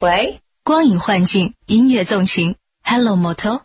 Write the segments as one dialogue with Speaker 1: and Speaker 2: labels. Speaker 1: 喂，
Speaker 2: 光影幻境，音乐纵情，Hello Moto。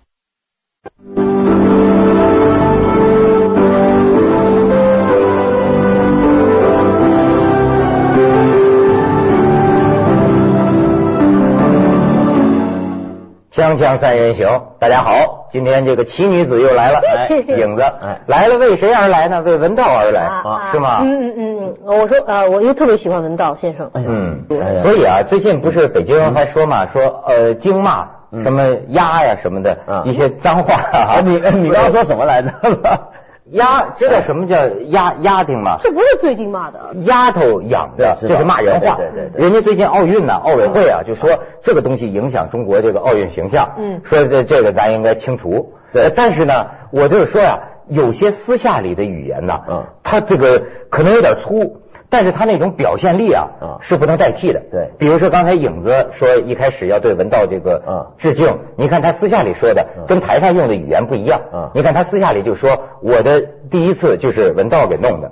Speaker 3: 锵锵三人行，大家好，今天这个奇女子又来 了，哎，影子，哎，来了为谁而来呢？为文道而来，
Speaker 1: 啊
Speaker 3: 是吗？
Speaker 4: 嗯嗯嗯，我说啊，我又特别喜欢文道先生。
Speaker 3: 嗯，
Speaker 4: 哎
Speaker 3: 所以啊，最近不是北京人
Speaker 5: 嗯
Speaker 3: 还说嘛，说呃京骂什么鸭呀什么的
Speaker 5: 啊，
Speaker 3: 一些脏话啊。
Speaker 5: 你你刚刚说什么来着？
Speaker 3: 鸭知道什么叫鸭鸭丁吗？
Speaker 4: 这不是最近骂
Speaker 5: 哎
Speaker 4: 的，
Speaker 3: 丫头养的，
Speaker 5: 对
Speaker 3: 这是骂人话。
Speaker 5: 对对对嗯
Speaker 3: 人家最近奥运呢，奥委会啊就说这个东西影响中国这个奥运形象，
Speaker 4: 嗯
Speaker 3: 说这这个咱应该清除。对，但是呢，我就是说呀、有些私下里的语言呢，
Speaker 5: 嗯
Speaker 3: 它这个可能有点粗。但是他那种表现力啊，
Speaker 5: 嗯
Speaker 3: 是不能代替的。
Speaker 5: 对
Speaker 3: 比如说刚才影子说一开始要对文道这个
Speaker 5: 嗯
Speaker 3: 致敬，你看他私下里说的跟台上用的语言不一样。
Speaker 5: 嗯
Speaker 3: 你看他私下里就说我的第一次就是文道给弄的。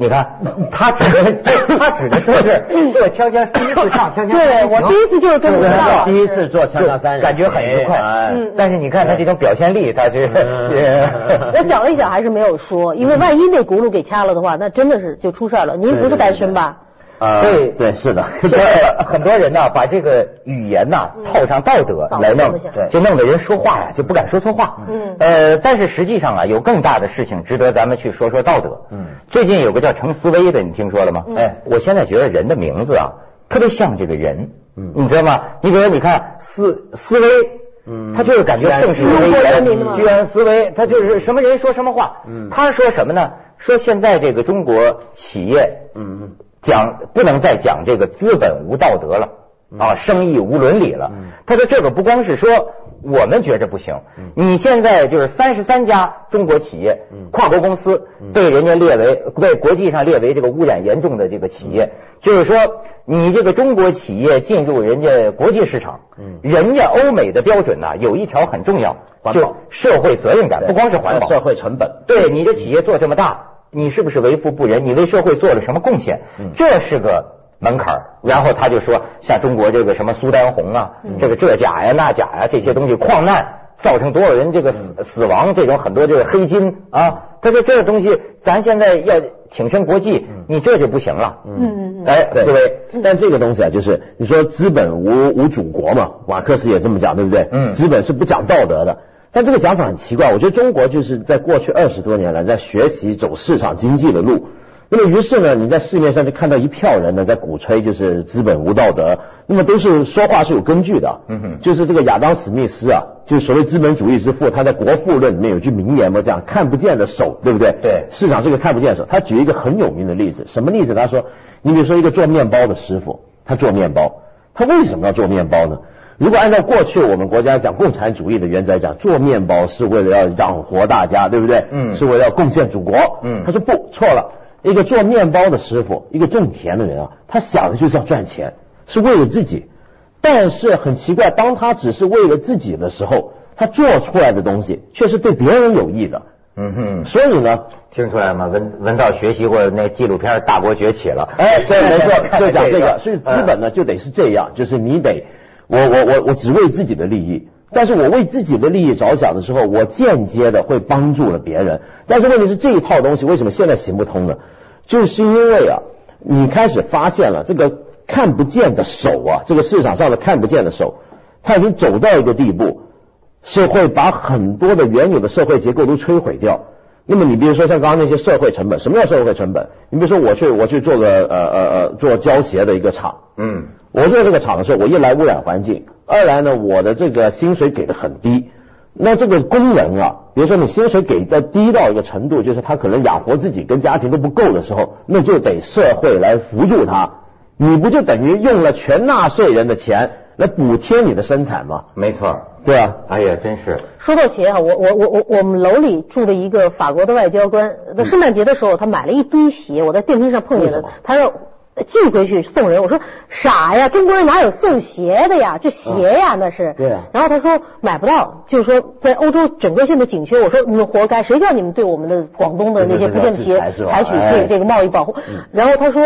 Speaker 3: 你看，他指的这，他指的说是做锵锵第一次上锵锵
Speaker 4: 对
Speaker 3: 三人行
Speaker 4: 我第一次就是跟
Speaker 3: 对
Speaker 4: 你
Speaker 3: 对
Speaker 4: 上
Speaker 3: 对
Speaker 5: 第一次做
Speaker 3: 就
Speaker 5: 锵锵三人，
Speaker 3: 感觉很愉快。
Speaker 5: 哎
Speaker 4: 嗯
Speaker 3: 但是你看他这种表现力，他是
Speaker 5: 嗯
Speaker 3: 呃
Speaker 4: 我想了一想，还是没有说，因为万一那轱辘给掐了的话，那真的是就出事儿了。您不是单身吧？
Speaker 5: 啊
Speaker 3: 所以
Speaker 5: 对是的，嗯
Speaker 3: 现在很多人呢，把这个语言呐套上道德来弄
Speaker 4: 嗯对，
Speaker 3: 就弄得人说话呀就不敢说错话。
Speaker 4: 嗯
Speaker 3: 呃，但是实际上啊，有更大的事情值得咱们去说说道德。
Speaker 5: 嗯，
Speaker 3: 最近有个叫程思威的，你听说了吗？哎，我现在觉得人的名字啊，特别像这个人。
Speaker 5: 嗯
Speaker 3: 你知道吗？你比如你看思思威。
Speaker 5: 嗯
Speaker 3: 他就是感觉盛世威
Speaker 4: 中国人
Speaker 3: 严
Speaker 4: 民，嘛
Speaker 3: 居安思危，他就是什么人说什么话。
Speaker 5: 嗯
Speaker 3: 他说什么呢？说现在这个中国企业
Speaker 5: 嗯
Speaker 3: 讲不能再讲这个资本无道德了啊，生意无伦理了
Speaker 5: 嗯。
Speaker 3: 他说这个不光是说我们觉着不行，你现在就是三十三家中国企业
Speaker 5: 嗯、
Speaker 3: 跨国公司被人家列为被国际上列为这个污染严重的这个企
Speaker 5: 嗯
Speaker 3: 业，就是说你这个中国企业进入人家国际市场
Speaker 5: 嗯，
Speaker 3: 人家欧美的标准呐有一条很重要，
Speaker 5: 环保
Speaker 3: 就社会责任感，不光是环保，
Speaker 5: 呃社会成本。
Speaker 3: 对你这企业做这么大，你是不是为富不仁？你为社会做了什么贡献？
Speaker 5: 嗯
Speaker 3: 这是个门槛儿。然后他就说，像中国这个什么苏丹红啊，这个这钾呀、那钾呀这些东西矿难。造成多少人这个死死亡，这种很多这个黑金啊，他说这个东西咱现在要挺身国际，你这就不行了。
Speaker 4: 嗯嗯嗯。
Speaker 3: 哎，
Speaker 5: 对
Speaker 3: 思维，
Speaker 5: 但这个东西啊，就是你说资本无无祖国嘛，马克思也这么讲，对不对？
Speaker 3: 嗯
Speaker 5: 资本是不讲道德的。但这个讲法很奇怪，我觉得中国就是在过去二十多年来在学习走市场经济的路。那么于是呢，你在市面上就看到一票人呢在鼓吹就是资本无道德，那么都是说话是有根据的。
Speaker 3: 嗯哼
Speaker 5: 就是这个亚当史密斯啊，就是所谓资本主义之父，他在《国富论》里面有句名言嘛，讲看不见的手，对不对？
Speaker 3: 对
Speaker 5: 市场是个看不见的手。他举一个很有名的例子，什么例子？他说，你比如说一个做面包的师傅，他做面包，他为什么要做面包呢？如果按照过去我们国家讲共产主义的原则来讲，做面包是为了要养活大家，对不对？
Speaker 3: 嗯
Speaker 5: 是为了要贡献祖国。
Speaker 3: 嗯
Speaker 5: 他说不错了，一个做面包的师傅，一个种田的人啊，他想的就是要赚钱，是为了自己。但是很奇怪，当他只是为了自己的时候，他做出来的东西却是对别人有益的。
Speaker 3: 嗯哼。
Speaker 5: 所以呢，
Speaker 3: 听出来吗？文文道学习过那纪录片《大国崛起》了，
Speaker 5: 哎， 对，没错，就讲
Speaker 3: 这
Speaker 5: 这
Speaker 3: 个嗯
Speaker 5: 个，所以资本呢就得是这样，就是你得，我我我我只为自己的利益，但是我为自己的利益着想的时候，我间接的会帮助了别人，但是问题是这一套东西为什么现在行不通呢？就是因为啊，你开始发现了这个看不见的手啊，这个市场上的看不见的手，它已经走到一个地步，是会把很多的原有的社会结构都摧毁掉。那么你比如说像刚刚那些社会成本，什么叫社会成本？你比如说我去我去做个呃呃呃做胶鞋的一个厂，
Speaker 3: 嗯
Speaker 5: 我做这个厂的时候，我一来污染环境，二来呢我的这个薪水给的很低。那这个工人啊，比如说你薪水给的低到一个程度，就是他可能养活自己跟家庭都不够的时候，那就得社会来扶助他。你不就等于用了全纳税人的钱来补贴你的生产吗？
Speaker 3: 没错。
Speaker 5: 对啊，
Speaker 3: 哎呀，真是，
Speaker 4: 说到鞋啊，我我我我我们楼里住了一个法国的外交官，呃圣诞节的时候他买了一堆鞋，我在电梯上碰见
Speaker 5: 嗯为什
Speaker 4: 了
Speaker 5: 么，
Speaker 4: 他要寄回去送人，我说傻呀，中国人哪有送鞋的呀？这鞋呀、那是。
Speaker 5: 嗯对啊
Speaker 4: 然后他说买不到，就是说在欧洲整个现在紧缺，我说你们活该，谁叫你们对我们的广东的那些不正鞋
Speaker 5: 对对对对制裁是吧
Speaker 4: 采取
Speaker 5: 哎
Speaker 4: 这这个贸易保护？然后他说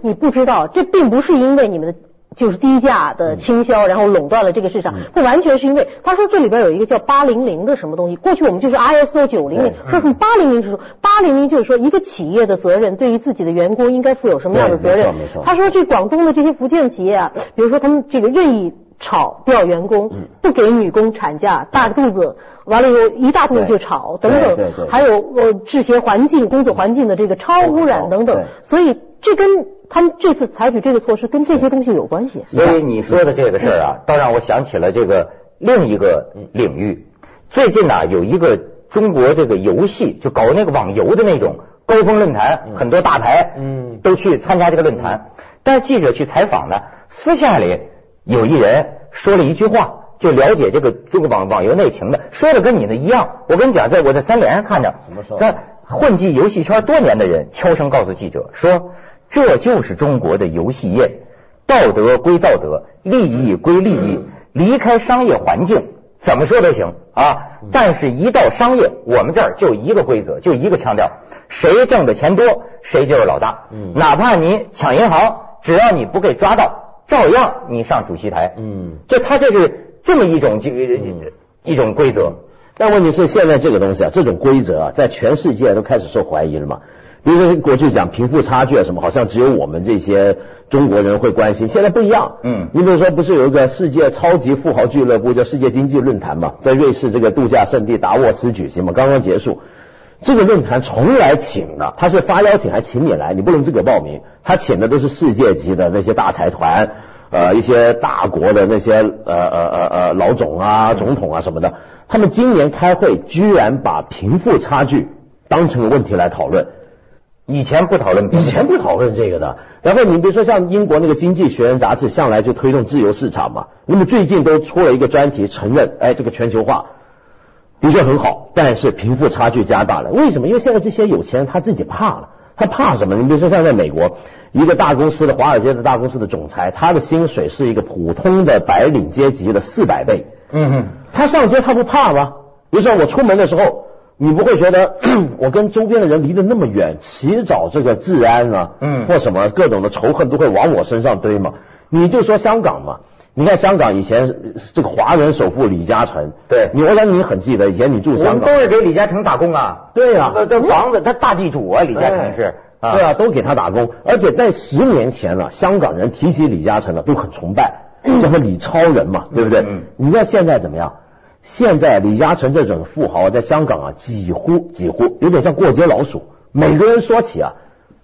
Speaker 4: 你不知道，这并不是因为你们的就是低价的倾
Speaker 5: 嗯
Speaker 4: 销，然后垄断了这个市场，不完全是因为他说这里边有一个叫八零零的什么东西，过去我们就是 ISO 九零
Speaker 5: 哎
Speaker 4: 零，说什么八零零是说八零零就是说一个企业的责任，对于自己的员工应该负有什么样的责
Speaker 5: 对没
Speaker 4: 任
Speaker 5: 错没错？
Speaker 4: 他说这广东的这些福建企业啊，比如说他们这个任意炒掉员
Speaker 5: 嗯
Speaker 4: 工，不给女工产假，大肚子。完了以后一大肚子就炒，等等，
Speaker 5: 对对对
Speaker 4: 还有呃制鞋环境、工作环境的这个超污染等等
Speaker 5: 对，
Speaker 4: 所以这跟他们这次采取这个措施跟这些东西有关系。
Speaker 3: 所以你说的这个事儿
Speaker 5: 嗯
Speaker 3: 啊，倒让我想起了这个另一个领域。最近呢、有一个中国这个游戏，就搞那个网游的那种高峰论坛，很多大牌
Speaker 5: 嗯
Speaker 3: 都去参加这个论坛。但记者去采访呢，私下里有一人说了一句话，就了解这个这个网网游内情的，说的跟你的一样。我跟你讲，在我在三联上看着，
Speaker 5: 什么事儿
Speaker 3: 他混迹游戏圈多年的人，悄声告诉记者说，这就是中国的游戏业，道德归道德，利益归利
Speaker 5: 嗯
Speaker 3: 益，离开商业环境怎么说都行啊。
Speaker 5: 嗯
Speaker 3: 但是，一到商业，我们这儿就一个规则，就一个腔调，谁挣的钱多，谁就是老大。
Speaker 5: 嗯
Speaker 3: 哪怕你抢银行，只要你不给抓到，照样你上主席台。
Speaker 5: 嗯，
Speaker 3: 就他这是这么一种就一种规则。
Speaker 5: 但问题是，现在这个东西啊，这种规则啊，在全世界都开始受怀疑了嘛。比如说，过去讲贫富差距啊什么，好像只有我们这些中国人会关心。现在不一样，
Speaker 3: 嗯
Speaker 5: 你比如说，不是有一个世界超级富豪俱乐部叫世界经济论坛嘛，在瑞士这个度假胜地达沃斯举行嘛，刚刚结束。这个论坛从来请的，他是发邀请还请你来，你不能自个报名。他请的都是世界级的那些大财团，呃，一些大国的那些呃呃呃呃老总啊、总统啊什么的。他们今年开会居然把贫富差距当成个问题来讨论，
Speaker 3: 以前不讨论别
Speaker 5: 以
Speaker 3: 的，
Speaker 5: 前不讨论这个的。然后你比如说像英国那个《经济学人》杂志，向来就推动自由市场嘛。那么最近都出了一个专题，承认哎这个全球化的确很好，但是贫富差距加大了。为什么？因为现在这些有钱人他自己怕了，他怕什么？你比如说像在美国，一个大公司的华尔街的大公司的总裁，他的薪水是一个普通的白领阶级的四百倍。
Speaker 3: 嗯嗯。
Speaker 5: 他上街他不怕吗？比如说我出门的时候，你不会觉得 我跟周边的人离得那么远，起早这个治安啊，
Speaker 3: 嗯
Speaker 5: 或什么各种的仇恨都会往我身上堆嘛。你就说香港嘛，你看香港以前呃这个华人首富李嘉诚，
Speaker 3: 对
Speaker 5: 你我想你很记得以前你住
Speaker 3: 我
Speaker 5: 香
Speaker 3: 们
Speaker 5: 港
Speaker 3: 都，是给李嘉诚打工啊。
Speaker 5: 对啊
Speaker 3: 这这房子他大地主啊，李嘉诚是。
Speaker 5: 对啊，都给他打工，而且在十年前了、香港人提起李嘉诚了、都很崇拜，什么李超人嘛，对不对？
Speaker 3: 嗯
Speaker 5: 你知道现在怎么样？现在李嘉诚这种富豪在香港啊，几乎几乎有点像过街老鼠，每个人说起啊，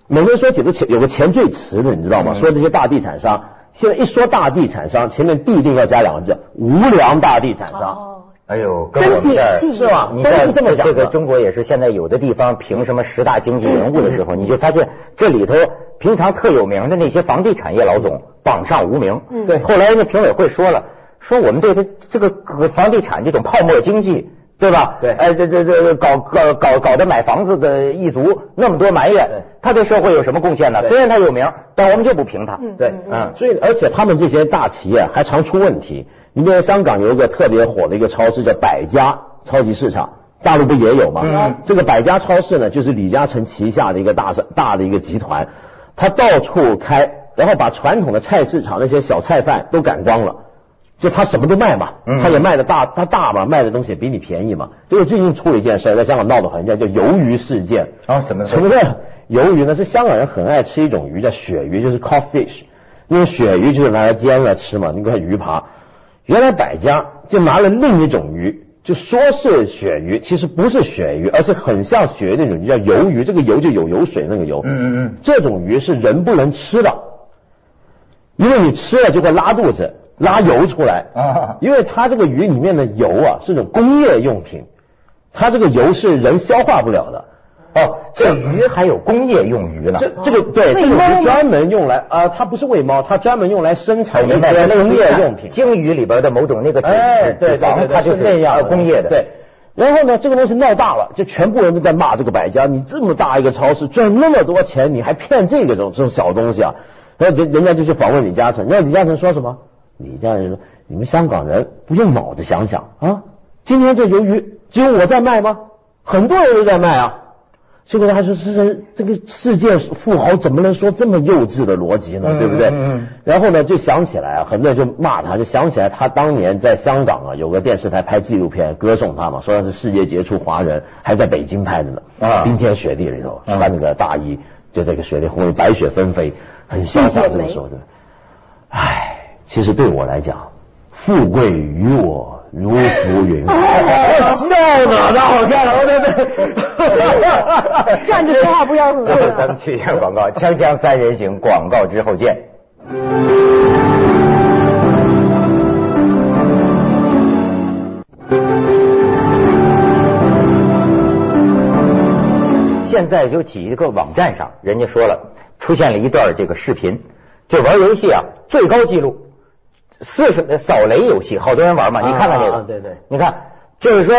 Speaker 5: 每个人说起都前有个前缀词的，你知道吗？
Speaker 3: 嗯
Speaker 5: 说这些大地产商，现在一说大地产商，前面必定要加两个字，无良大地产商。
Speaker 4: 哦，
Speaker 3: 哎呦，跟我们
Speaker 4: 跟
Speaker 3: 这儿
Speaker 4: 解气
Speaker 5: 是吧
Speaker 3: 你
Speaker 5: 都
Speaker 3: 在
Speaker 5: 是这么讲
Speaker 3: 这
Speaker 5: 的
Speaker 3: 个中国也是，现在有的地方评什么十大经济人物的
Speaker 5: 嗯
Speaker 3: 时候，你就发现这里头平常特有名的那些房地产业老总榜上无名。
Speaker 4: 嗯对
Speaker 3: 后来人家评委会说了，说我们对这这个个房地产这种泡沫经济。对吧？
Speaker 5: 对
Speaker 3: 哎，这这这搞搞搞搞得买房子的一族那么多埋
Speaker 5: 对
Speaker 3: 怨，他对社会有什么贡献呢？
Speaker 5: 对
Speaker 3: 虽然他有名，但我们就不评他。
Speaker 4: 嗯
Speaker 5: 对
Speaker 4: 嗯，
Speaker 3: 嗯
Speaker 5: 所以而且他们这些大企业还常出问题。你比如香港有一个特别火的一个超市叫百家超级市场，大陆不也有吗？
Speaker 3: 嗯
Speaker 5: 这个百家超市呢，就是李嘉诚旗下的一个大商大的一个集团，他到处开，然后把传统的菜市场那些小菜贩都赶光了。就他什么都卖嘛，
Speaker 3: 嗯
Speaker 5: 他也卖的大，他大嘛，卖的东西比你便宜嘛。结果最近出了一件事儿，在香港闹得很叫鱿鱼事件。
Speaker 3: 然后啊 怎么
Speaker 5: 什么叫鱿鱼呢？是香港人很爱吃一种鱼，叫鳕鱼，就是 cod fish。那种鳕鱼就是拿来煎了吃嘛，那个鱼扒。原来百家就拿了另一种鱼，就说是鳕鱼，其实不是鳕鱼，而是很像鳕鱼那种鱼，叫鱿鱼。这个鱿就有油水那个油。
Speaker 3: 嗯嗯嗯
Speaker 5: 这种鱼是人不能吃的，因为你吃了就会拉肚子，拉油出来。
Speaker 3: 啊
Speaker 5: 因为它这个鱼里面的油啊是种工业用品，它这个油是人消化不了的。
Speaker 3: 哦，这鱼还有工业用鱼呢。哦
Speaker 5: 这这个对，
Speaker 4: 喂
Speaker 5: 这个
Speaker 4: 猫
Speaker 5: 是
Speaker 4: 吗
Speaker 5: 专门用来啊、它不是喂猫，它专门用来生
Speaker 3: 我
Speaker 5: 产一
Speaker 3: 明白
Speaker 5: 些
Speaker 3: 了，
Speaker 5: 工业用品。
Speaker 3: 鲸鱼里边的某种那个脂
Speaker 5: 哎，
Speaker 3: 脂
Speaker 5: 对，对
Speaker 3: 肪，
Speaker 5: 对
Speaker 3: 它就是
Speaker 5: 那样
Speaker 3: 呃
Speaker 5: 的
Speaker 3: 工业的。
Speaker 5: 对，然后呢，这个东西闹大了，就全部人都在骂这个百家，你这么大一个超市赚那么多钱，你还骗这个这种这种小东西啊？然后人人家就去访问李嘉诚，然后李嘉诚说什么？李嘉诚说：“你们香港人不用脑子想想啊，今天这鱿鱼只有我在卖吗？很多人都在卖啊。”结果他说这是这个世界富豪怎么能说这么幼稚的逻辑呢？
Speaker 3: 嗯
Speaker 5: 对不对？
Speaker 3: 嗯嗯
Speaker 5: 然后呢，就想起来啊，很多人就骂他，就想起来他当年在香港啊有个电视台拍纪录片歌颂他嘛，说他是世界杰出华人，还在北京拍的呢，
Speaker 3: 啊
Speaker 5: 冰天雪地里头
Speaker 3: 啊
Speaker 5: 穿那个大衣，就这个雪地红衣白雪纷飞，很潇洒这么说的。唉，其实对我来讲，富贵与我如浮 云。
Speaker 3: 笑哪的好看，对对对，
Speaker 4: 站着说话不腰疼是吧
Speaker 3: 咱们去一下广告， 《锵锵三人行》广告之后见。现在有几个网站上，人家说了，出现了一段这个视频，就玩游戏啊，最高记录四十扫雷游戏，好多人玩嘛，你看看这
Speaker 5: 啊啊
Speaker 3: 个
Speaker 5: 啊，对对
Speaker 3: 你看，就是说，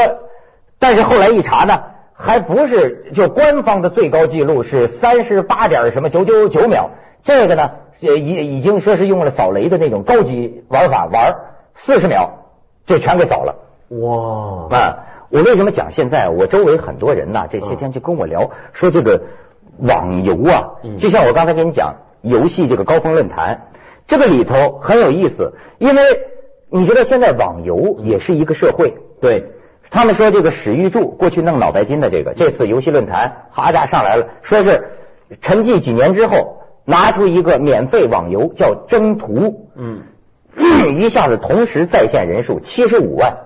Speaker 3: 但是后来一查呢，还不是就官方的最高记录是三十八点什么九九九秒，这个呢也已已经说是用了扫雷的那种高级玩法玩四十秒就全给扫了。
Speaker 5: 哇，嗯
Speaker 3: 啊，我为什么讲现在？啊我周围很多人呐、这些天就跟我聊、说这个网游啊，
Speaker 5: 嗯
Speaker 3: 就像我刚才跟你讲游戏这个高峰论坛，这个里头很有意思，因为你知道现在网游
Speaker 5: 嗯
Speaker 3: 也是一个社会，对。他们说这个史玉柱过去弄脑白金的这个，这次游戏论坛哈扎上来了，说是沉寂几年之后拿出一个免费网游叫《征途》，
Speaker 5: 嗯，
Speaker 3: 一下子同时在线人数七十五万。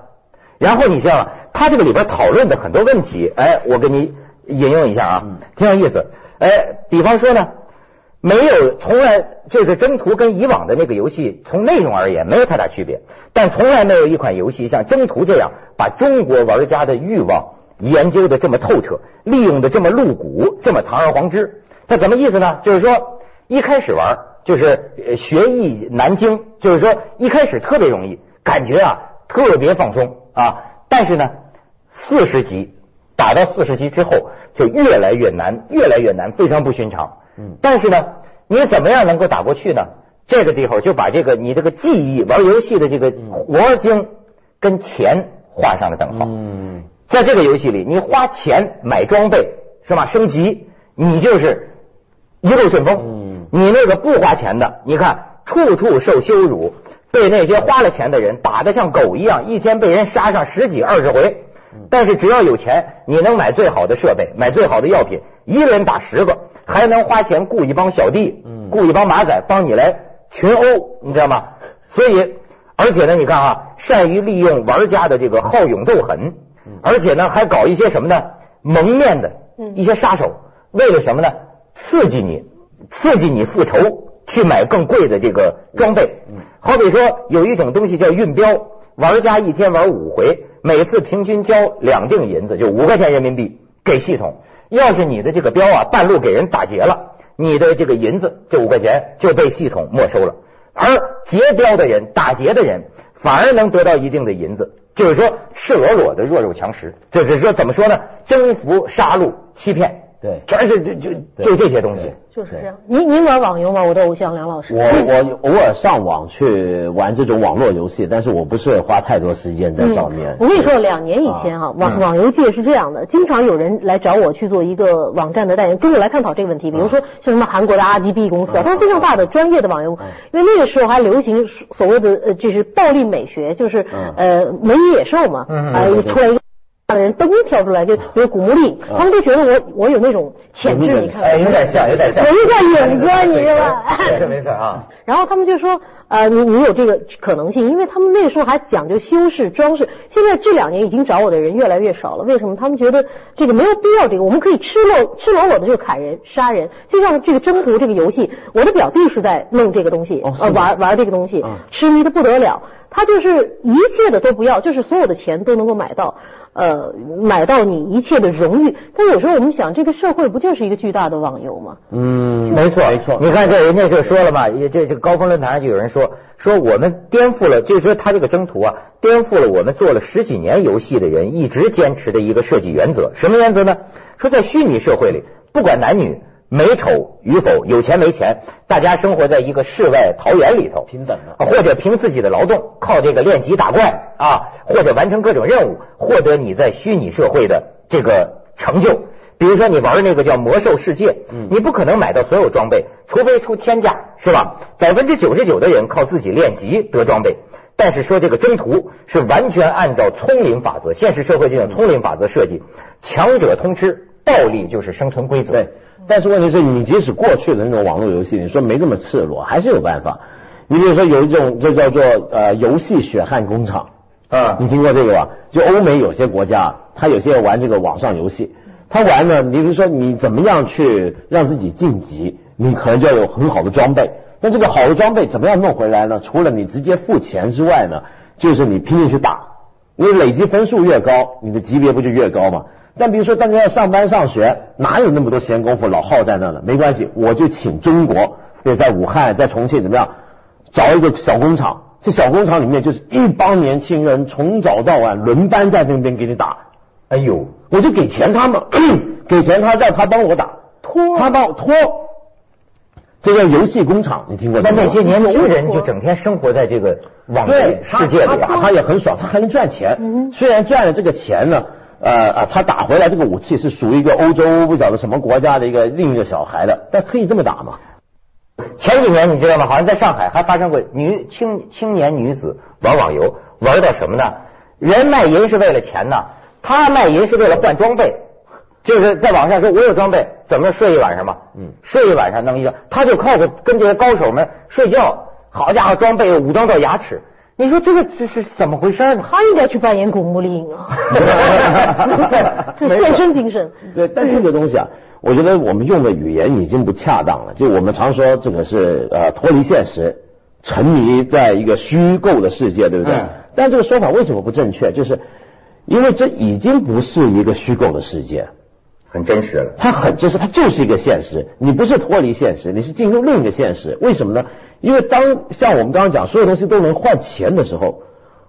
Speaker 3: 然后你知道吗？他这个里边讨论的很多问题，哎，我给你引用一下啊，挺有意思。哎，比方说呢，没有从来这个征途跟以往的那个游戏从内容而言没有太大区别，但从来没有一款游戏像征途这样把中国玩家的欲望研究的这么透彻，利用的这么露骨，这么堂而皇之。它怎么意思呢？就是说一开始玩就是呃学艺难精，就是说一开始特别容易，感觉啊特别放松啊，但是呢四十级打到四十级之后就越来越难，越来越难，非常不寻常。嗯，但是呢，你怎么样能够打过去呢？这个地方就把这个你这个技艺玩游戏的这个活精跟钱画上了等号。
Speaker 5: 嗯，
Speaker 3: 在这个游戏里，你花钱买装备是吧？升级，你就是一路顺风。
Speaker 5: 嗯
Speaker 3: 你那个不花钱的，你看处处受羞辱，被那些花了钱的人打得像狗一样，一天被人杀上十几二十回。
Speaker 5: 嗯
Speaker 3: 但是只要有钱，你能买最好的设备，买最好的药品，一个人打十个，还能花钱雇一帮小弟，
Speaker 5: 嗯
Speaker 3: 雇一帮马仔帮你来群殴，你知道吗？所以，而且呢，你看啊，善于利用玩家的这个好勇斗狠，而且呢，还搞一些什么呢？蒙面的
Speaker 4: 嗯
Speaker 3: 一些杀手，为了什么呢？刺激你，刺激你复仇，去买更贵的这个装备。好比说，有一种东西叫运镖，玩家一天玩五回，每次平均交两锭银子，就五块钱人民币给系统。要是你的这个镖啊，半路给人打劫了，你的这个银子这五块钱就被系统没收了。而劫镖的人、打劫的人反而能得到一定的银子，就是说赤裸裸的弱肉强食，就是说怎么说呢？征服、杀戮、欺骗，
Speaker 5: 对
Speaker 3: 全是就就就这些东西。
Speaker 4: 就是这样。您您玩网游吗？我的偶像梁老师。
Speaker 5: 我我偶尔上网去玩这种网络游戏，但是我不是花太多时间在上面。
Speaker 4: 嗯我跟你说，两年以前哈、
Speaker 5: 啊
Speaker 4: 网网游界是这样的，经常有人来找我去做一个网站的代言，跟我来探讨这个
Speaker 5: 嗯
Speaker 4: 问题。比如说像什么韩国的 RGB 公司啊，它是非常大的专业的网
Speaker 5: 嗯
Speaker 4: 游，因为那个时候还流行所谓的呃，就是暴力美学，就是
Speaker 5: 嗯
Speaker 4: 呃美野兽嘛，
Speaker 3: 嗯嗯
Speaker 4: 啊
Speaker 5: 对对
Speaker 4: 出来一个。的人噔跳出来，就比如古墓丽，
Speaker 5: 嗯
Speaker 4: 他们都觉得我我有那种潜质，
Speaker 5: 有那种
Speaker 4: 你看，
Speaker 3: 哎，有点像，有点像。
Speaker 4: 我又在演歌你知道吧
Speaker 3: 没错没错啊。
Speaker 4: 然后他们就说，呃，你你有这个可能性，因为他们那时候还讲究修饰装饰，现在这两年已经找我的人越来越少了。为什么？他们觉得这个没有必要，这个我们可以赤裸赤裸裸的就砍人杀人，就像这个征途这个游戏，我的表弟是在弄这个东西，
Speaker 5: 哦是吗
Speaker 4: 呃，玩玩这个东西，
Speaker 5: 嗯
Speaker 4: 痴迷的不得了。他就是一切的都不要，就是所有的钱都能够买到，呃，买到你一切的荣誉。但有时候我们想，这个社会不就是一个巨大的网游吗？
Speaker 5: 嗯，
Speaker 3: 没错，
Speaker 5: 没错。
Speaker 3: 你看这人家就说了嘛，也这这高峰论坛上就有人说说我们颠覆了，就是说他这个征途啊，颠覆了我们做了十几年游戏的人一直坚持的一个设计原则。什么原则呢？说在虚拟社会里，不管男女、美丑与否、有钱没钱，大家生活在一个世外桃源里头，啊
Speaker 5: 平等啊的
Speaker 3: 或者凭自己的劳动，靠这个练级打怪啊，或者完成各种任务，获得你在虚拟社会的这个成就。比如说你玩那个叫魔兽世界，
Speaker 5: 嗯
Speaker 3: 你不可能买到所有装备，除非出天价，是吧？百分之九十九的人靠自己练级得装备。但是说这个征途是完全按照丛林法则，现实社会这种丛林法则设计，强者通吃，暴力就是生存规则。
Speaker 5: 对，但是问题是你即使过去的那种网络游戏，你说没这么赤裸，还是有办法。你比如说有一种就叫做呃游戏血汗工厂，
Speaker 3: 啊
Speaker 5: 你听过这个吧？就欧美有些国家，他有些玩这个网上游戏，他玩呢，你比如说你怎么样去让自己晋级，你可能就要有很好的装备。那这个好的装备怎么样弄回来呢？除了你直接付钱之外呢，就是你拼命去打，你累积分数越高，你的级别不就越高嘛？但比如说大家要上班上学，哪有那么多闲工夫老耗在那呢？没关系，我就请中国，比如在武汉、在重庆怎么样，找一个小工厂，这小工厂里面就是一帮年轻人从早到晚轮班在那边给你打，
Speaker 3: 哎呦，
Speaker 5: 我就给钱他们， 给钱他让他帮我打，
Speaker 4: 拖
Speaker 5: 他帮我拖，这叫游戏工厂，你听过这
Speaker 3: 那
Speaker 5: 个吗？
Speaker 3: 那些年轻人就整天生活在这个网
Speaker 5: 对
Speaker 3: 络世界
Speaker 5: 他
Speaker 3: 里
Speaker 5: 打
Speaker 3: 啊。
Speaker 5: 他也很爽，他还能赚钱。
Speaker 4: 嗯
Speaker 5: 虽然赚了这个钱呢，呃啊，他打回来这个武器是属于一个欧洲不晓得什么国家的一个另一个小孩的，但可以这么打吗？
Speaker 3: 前几年你知道吗？好像在上海还发生过女青青年女子玩网游，玩到什么呢？人卖淫是为了钱呐，她卖淫是为了换装备，就是在网上说我有装备，怎么睡一晚上吧？
Speaker 5: 嗯
Speaker 3: 睡一晚上弄一个，她就靠着跟这些高手们睡觉，好家伙，装备武装到牙齿，你说这个这是怎么回事呢？，
Speaker 4: 他应该去扮演古墓丽影啊哦 这献身精神。
Speaker 5: 对，但这个东西啊，我觉得我们用的语言已经不恰当了。就我们常说这个是呃脱离现实，沉迷在一个虚构的世界，对不对？
Speaker 3: 嗯
Speaker 5: 但这个说法为什么不正确？就是因为这已经不是一个虚构的世界，
Speaker 3: 很真实了。
Speaker 5: 它很真实，它就是一个现实。你不是脱离现实，你是进入另一个现实。为什么呢？因为当像我们刚刚讲，所有东西都能换钱的时候，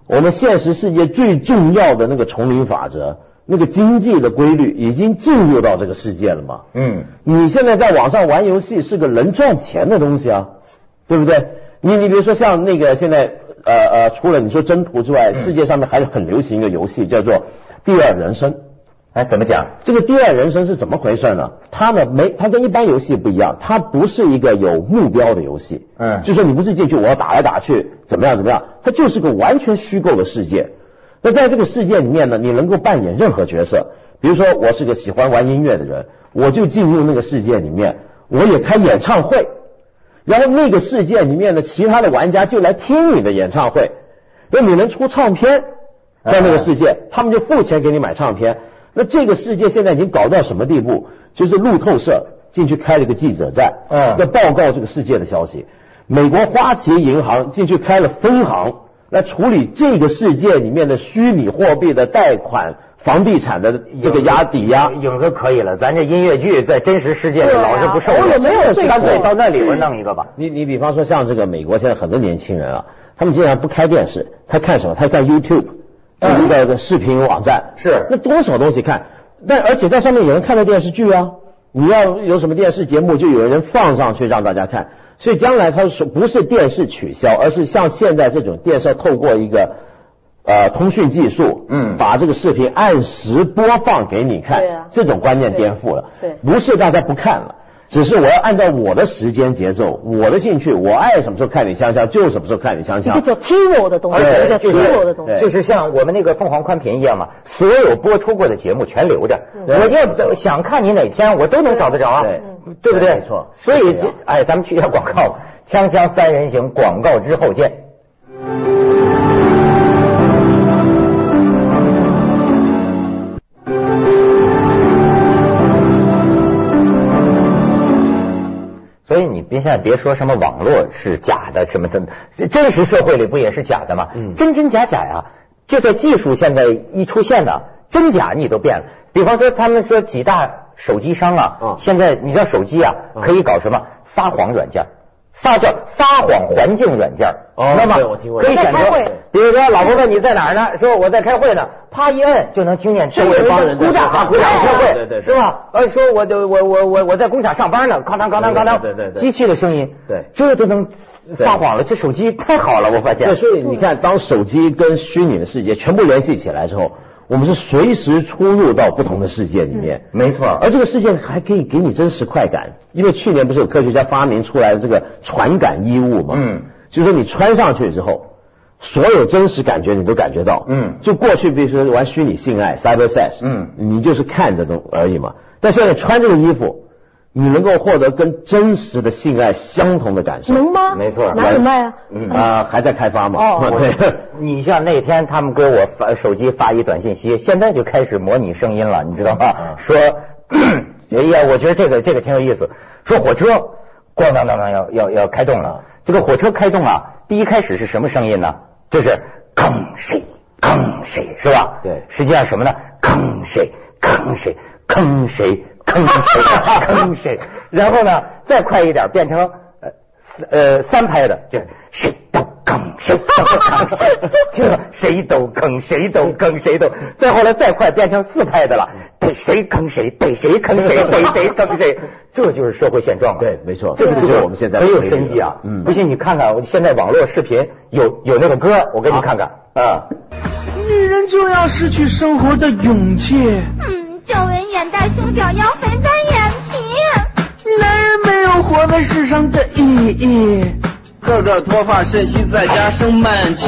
Speaker 5: 我们现实世界最重要的那个丛林法则，那个经济的规律，已经进入到这个世界了嘛？
Speaker 3: 嗯，
Speaker 5: 你现在在网上玩游戏是个能赚钱的东西啊，对不对？你你比如说像那个现在呃呃，除了你说征途之外，世界上面还有很流行一个游戏叫做《第二人生》。
Speaker 3: 哎，怎么讲？
Speaker 5: 这个第二人生是怎么回事呢？它呢没，它跟一般游戏不一样，它不是一个有目标的游戏。
Speaker 3: 嗯
Speaker 5: 就说你不是进去我要打来打去，怎么样怎么样，它就是个完全虚构的世界。那在这个世界里面呢，你能够扮演任何角色。比如说，我是个喜欢玩音乐的人，我就进入那个世界里面，我也开演唱会，然后那个世界里面的其他的玩家就来听你的演唱会，那你能出唱片，
Speaker 3: 嗯
Speaker 5: 在那个世界，他们就付钱给你买唱片。那这个世界现在已经搞到什么地步？就是路透社进去开了个记者站，
Speaker 3: 嗯
Speaker 5: 要报告这个世界的消息。美国花旗银行进去开了分行，来处理这个世界里面的虚拟货币的贷款、房地产的这个压抵押。
Speaker 3: 影子可以了，咱这音乐剧在真实世界里
Speaker 4: 对啊
Speaker 3: 老是不受了。
Speaker 4: 我也没有嗯罪
Speaker 3: 干脆
Speaker 4: 过
Speaker 3: 到那里边弄一个吧。
Speaker 5: 你你比方说像这个美国现在很多年轻人啊，他们竟然不开电视，他看什么？他看 YouTube，就是一个一个视频网站。
Speaker 3: 嗯是
Speaker 5: 那多少东西看？但而且在上面也能看到电视剧啊。你要有什么电视节目，就有人放上去让大家看。所以将来它是不是电视取消，而是像现在这种电视透过一个呃通讯技术，
Speaker 3: 嗯
Speaker 5: 把这个视频按时播放给你看，
Speaker 4: 对啊
Speaker 5: 这种观念颠覆了。
Speaker 4: 对对
Speaker 5: 不是大家不看了，只是我要按照我的时间节奏、我的兴趣，我爱什么时候看你香香就什么时候看你香
Speaker 4: 一个
Speaker 5: 香。
Speaker 4: 叫 Tivo 的东西，
Speaker 3: 哎
Speaker 5: 对
Speaker 4: 一个叫
Speaker 5: 就
Speaker 4: Tivo 的东
Speaker 5: 对
Speaker 4: 西。
Speaker 3: 就是像我们那个凤凰宽频一样嘛，所有播出过的节目全留着，我要想看你哪天，我都能找得着啊，
Speaker 5: 嗯对
Speaker 3: 对不对？
Speaker 5: 没错
Speaker 3: 所以
Speaker 5: 是这
Speaker 3: 这
Speaker 5: 样
Speaker 3: 哎，咱们去一下广告，锵锵三人行广告之后见。所以你别现在别说什么网络是假的，什么真真实社会里不也是假的吗？
Speaker 5: 嗯
Speaker 3: 真真假假呀、就在技术现在一出现呢，真假你都变了。比方说，他们说几大手机商啊，
Speaker 5: 嗯
Speaker 3: 现在你知道手机啊、
Speaker 5: 嗯
Speaker 3: 可以搞什么撒谎软件儿。撒叫撒谎环境软件儿
Speaker 5: 哦
Speaker 3: 那
Speaker 5: 对我听
Speaker 3: 么
Speaker 5: 过
Speaker 3: 可以
Speaker 4: 在
Speaker 3: 选择
Speaker 4: 开会，
Speaker 3: 比如说老婆问你在哪儿呢，说我在开会呢，啪一摁就能听见周围
Speaker 5: 周围帮
Speaker 3: 帮
Speaker 5: 人
Speaker 3: 鼓掌啊
Speaker 5: 在哎
Speaker 3: 鼓掌开会，
Speaker 5: 对对对
Speaker 3: 是吧？呃，说我的我我我我在工厂上班呢，哐当哐当哐当，
Speaker 5: 对对对对
Speaker 3: 机器的声音，
Speaker 5: 对
Speaker 3: 这都能撒谎了，这手机太好了，我发现
Speaker 5: 对，。所以你看，当手机跟虚拟的世界全部联系起来之后，我们是随时出入到不同的世界里面。
Speaker 3: 没错，
Speaker 5: 而这个世界还可以给你真实快感，因为去年不是有科学家发明出来的这个传感衣物嘛？
Speaker 3: 嗯，
Speaker 5: 就是说你穿上去之后，所有真实感觉你都感觉到。
Speaker 3: 嗯
Speaker 5: 就过去比如说玩虚拟性爱 （cyber sex），
Speaker 3: 嗯
Speaker 5: 你就是看着都而已嘛。但现在穿这个衣服，你能够获得跟真实的性爱相同的感受。
Speaker 4: 能吗？
Speaker 3: 没错
Speaker 4: 哪里卖啊？
Speaker 3: 嗯
Speaker 5: 啊、还在开发嘛？
Speaker 4: 哦
Speaker 5: 对。
Speaker 3: 你像那天他们给我发手机发一短信息，现在就开始模拟声音了，你知道
Speaker 5: 嗯
Speaker 3: 吗？说， 哎呀，我觉得这个这个挺有意思。说火车咣当当当要要要开动
Speaker 5: 嗯
Speaker 3: 了，这个火车开动啊，第一开始是什么声音呢？就是吭谁吭谁是吧？
Speaker 5: 对
Speaker 3: 实际上什么呢？吭谁吭谁吭谁吭谁吭 谁，然后呢再快一点变成。呃呃，三拍的，就是谁都吭，谁都吭，谁都听了谁都吭，谁都吭，谁都。再后来再快变成四拍的了，
Speaker 5: 嗯
Speaker 3: 逮谁吭谁，逮谁吭谁，逮谁吭谁，这就是社会现状了。
Speaker 5: 对没错
Speaker 3: 这个
Speaker 5: 这就是我们现在
Speaker 3: 很有深意啊。
Speaker 5: 嗯
Speaker 3: 不信你看看，我现在网络视频有有那个歌，我给你看看啊。
Speaker 1: 女人就要失去生活的勇气。
Speaker 6: 嗯，皱纹、眼袋、胸小腰、肥翻眼皮。
Speaker 1: 男人没有活在世上的意义。个个脱发肾虚，在家生闷气。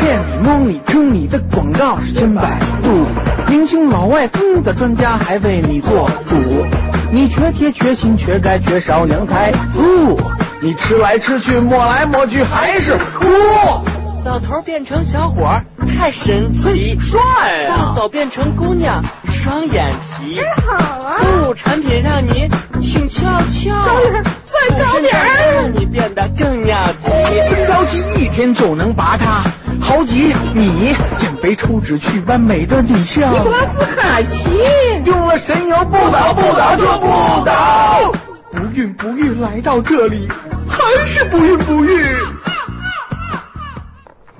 Speaker 1: 骗你蒙你听你的广告是千百度，明星老外嗯的专家还为你做主。你缺铁、缺锌、缺钙、缺少两台素，你吃来吃去、抹来抹去还是糊。
Speaker 7: 老头儿变成小伙儿，太神奇！
Speaker 1: 帅呀、
Speaker 7: 大嫂变成姑娘，双眼皮。
Speaker 6: 好啊
Speaker 7: 购物产品让你挺翘翘，再高点儿，让你变得更尿急。
Speaker 1: 高级一天就能拔它。豪杰，你减肥抽脂去完美的底笑。尼古拉斯凯奇用了神油不倒不倒就不倒，不孕不育来到这里还是不孕不育。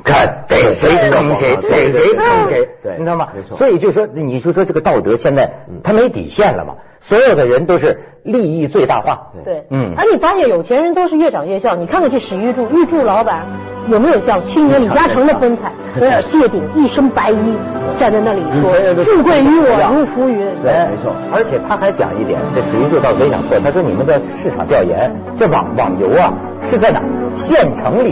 Speaker 3: 看逮谁吭谁，逮谁吭谁，
Speaker 5: 对
Speaker 3: 你知道吗？
Speaker 5: 没错嗯
Speaker 3: 所以就说，你就说这个道德现在它没底线了嘛，所有的人都是利益最大化。
Speaker 4: 对，
Speaker 3: 嗯
Speaker 4: 而你发现有钱人都是越长越像，你看看这史玉 柱，玉柱老板有没有像青年李嘉诚的风 采？有点谢顶，一身白衣站在那里说
Speaker 5: 嗯对对：“对
Speaker 4: 富贵与我如浮云。”
Speaker 3: 对，
Speaker 5: 没错
Speaker 3: 而且他还讲一点，这史玉柱倒没讲错，他说你们的市场调研，这网网游啊是在哪儿县城里。